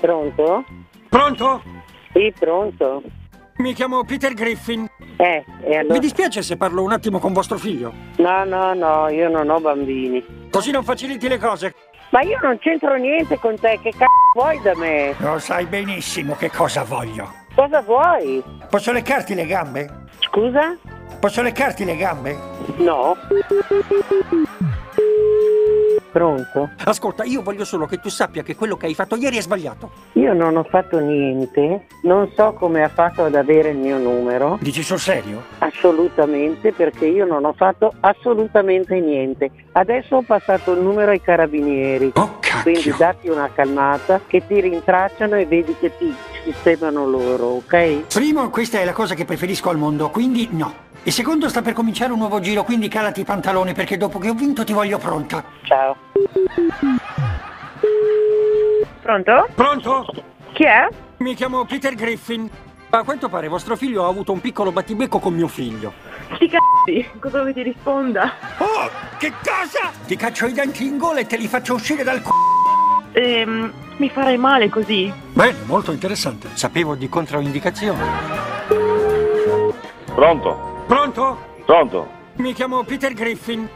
Pronto? Pronto? Sì, pronto. Mi chiamo Peter Griffin. Eh, e Mi allora? dispiace se parlo un attimo con vostro figlio. No, no, no, io non ho bambini. Così non faciliti le cose. Ma io non c'entro niente con te, che c***o vuoi da me? Lo sai benissimo che cosa voglio. Cosa vuoi? Posso leccarti le gambe? Scusa? Posso leccarti le gambe? No. Pronto? Ascolta, io voglio solo che tu sappia che quello che hai fatto ieri è sbagliato. Io non ho fatto niente, non so come ha fatto ad avere il mio numero, Dici sul serio? assolutamente, perché io non ho fatto assolutamente niente. Adesso ho passato il numero ai carabinieri, Oh, quindi datti una calmata che ti rintracciano e vedi che ti sistemano loro, ok? Primo, questa è la cosa che preferisco al mondo, quindi no. E secondo, sta per cominciare un nuovo giro, quindi calati i pantaloni perché dopo che ho vinto ti voglio pronta. Ciao. Pronto? Pronto? Chi è? Mi chiamo Peter Griffin. A quanto pare vostro figlio ha avuto un piccolo battibecco con mio figlio. Sti c***i, cosa vuoi ti risponda? Oh, che cosa? Ti caccio i denti in gola e te li faccio uscire dal c***o. Ehm, mi farai male così. Bene, molto interessante. Sapevo di controindicazioni. Pronto? Pronto? Pronto? Mi chiamo Peter Griffin.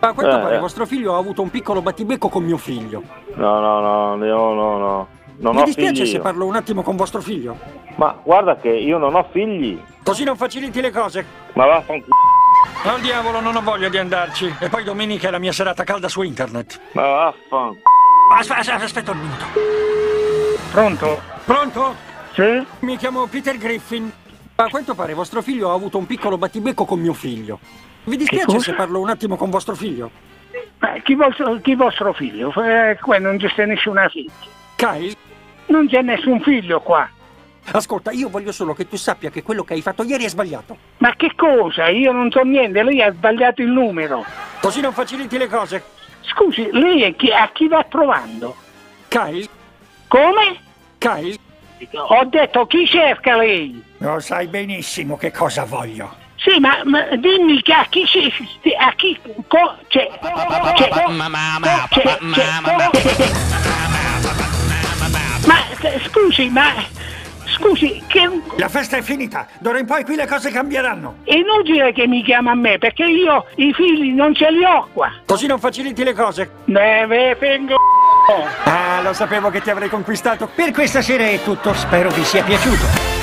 A quanto Eh, pare eh. vostro figlio ha avuto un piccolo battibecco con mio figlio. No, no, no, io no, no. Non Mi ho dispiace figli. se io. parlo un attimo con vostro figlio. Ma guarda che io non ho figli. Così non faciliti le cose. Ma vaffanculo. Al diavolo, non ho voglia di andarci. E poi domenica è la mia serata calda su internet. Ma vaffanculo. Aspetta, aspetta un minuto. Pronto? Pronto? Sì? Mi chiamo Peter Griffin. A quanto pare vostro figlio ha avuto un piccolo battibecco con mio figlio. Vi dispiace se parlo un attimo con vostro figlio? Eh, chi, vostro, chi vostro figlio? Eh, qua non c'è nessuna figlia. Kyle, Non c'è nessun figlio qua. ascolta, io voglio solo che tu sappia che quello che hai fatto ieri è sbagliato. Ma che cosa? Io non so niente, lei ha sbagliato il numero. Così non faciliti le cose. Scusi, lei è chi- a chi va trovando? Kyle, Come? Kyle, Ho detto chi cerca lei? Lo sai benissimo che cosa voglio. Sì, ma, ma dimmi che a chi si si- a chi co, cioè, cioè, co- cioè, cioè, co- Ma eh, scusi, ma scusi, che La festa è finita, d'ora in poi qui le cose cambieranno. È inutile che mi chiama a me perché io i figli non ce li ho qua. così non faciliti le cose. Ne ve vengo. Ah, lo sapevo che ti avrei conquistato. Per questa sera è tutto, spero vi sia piaciuto.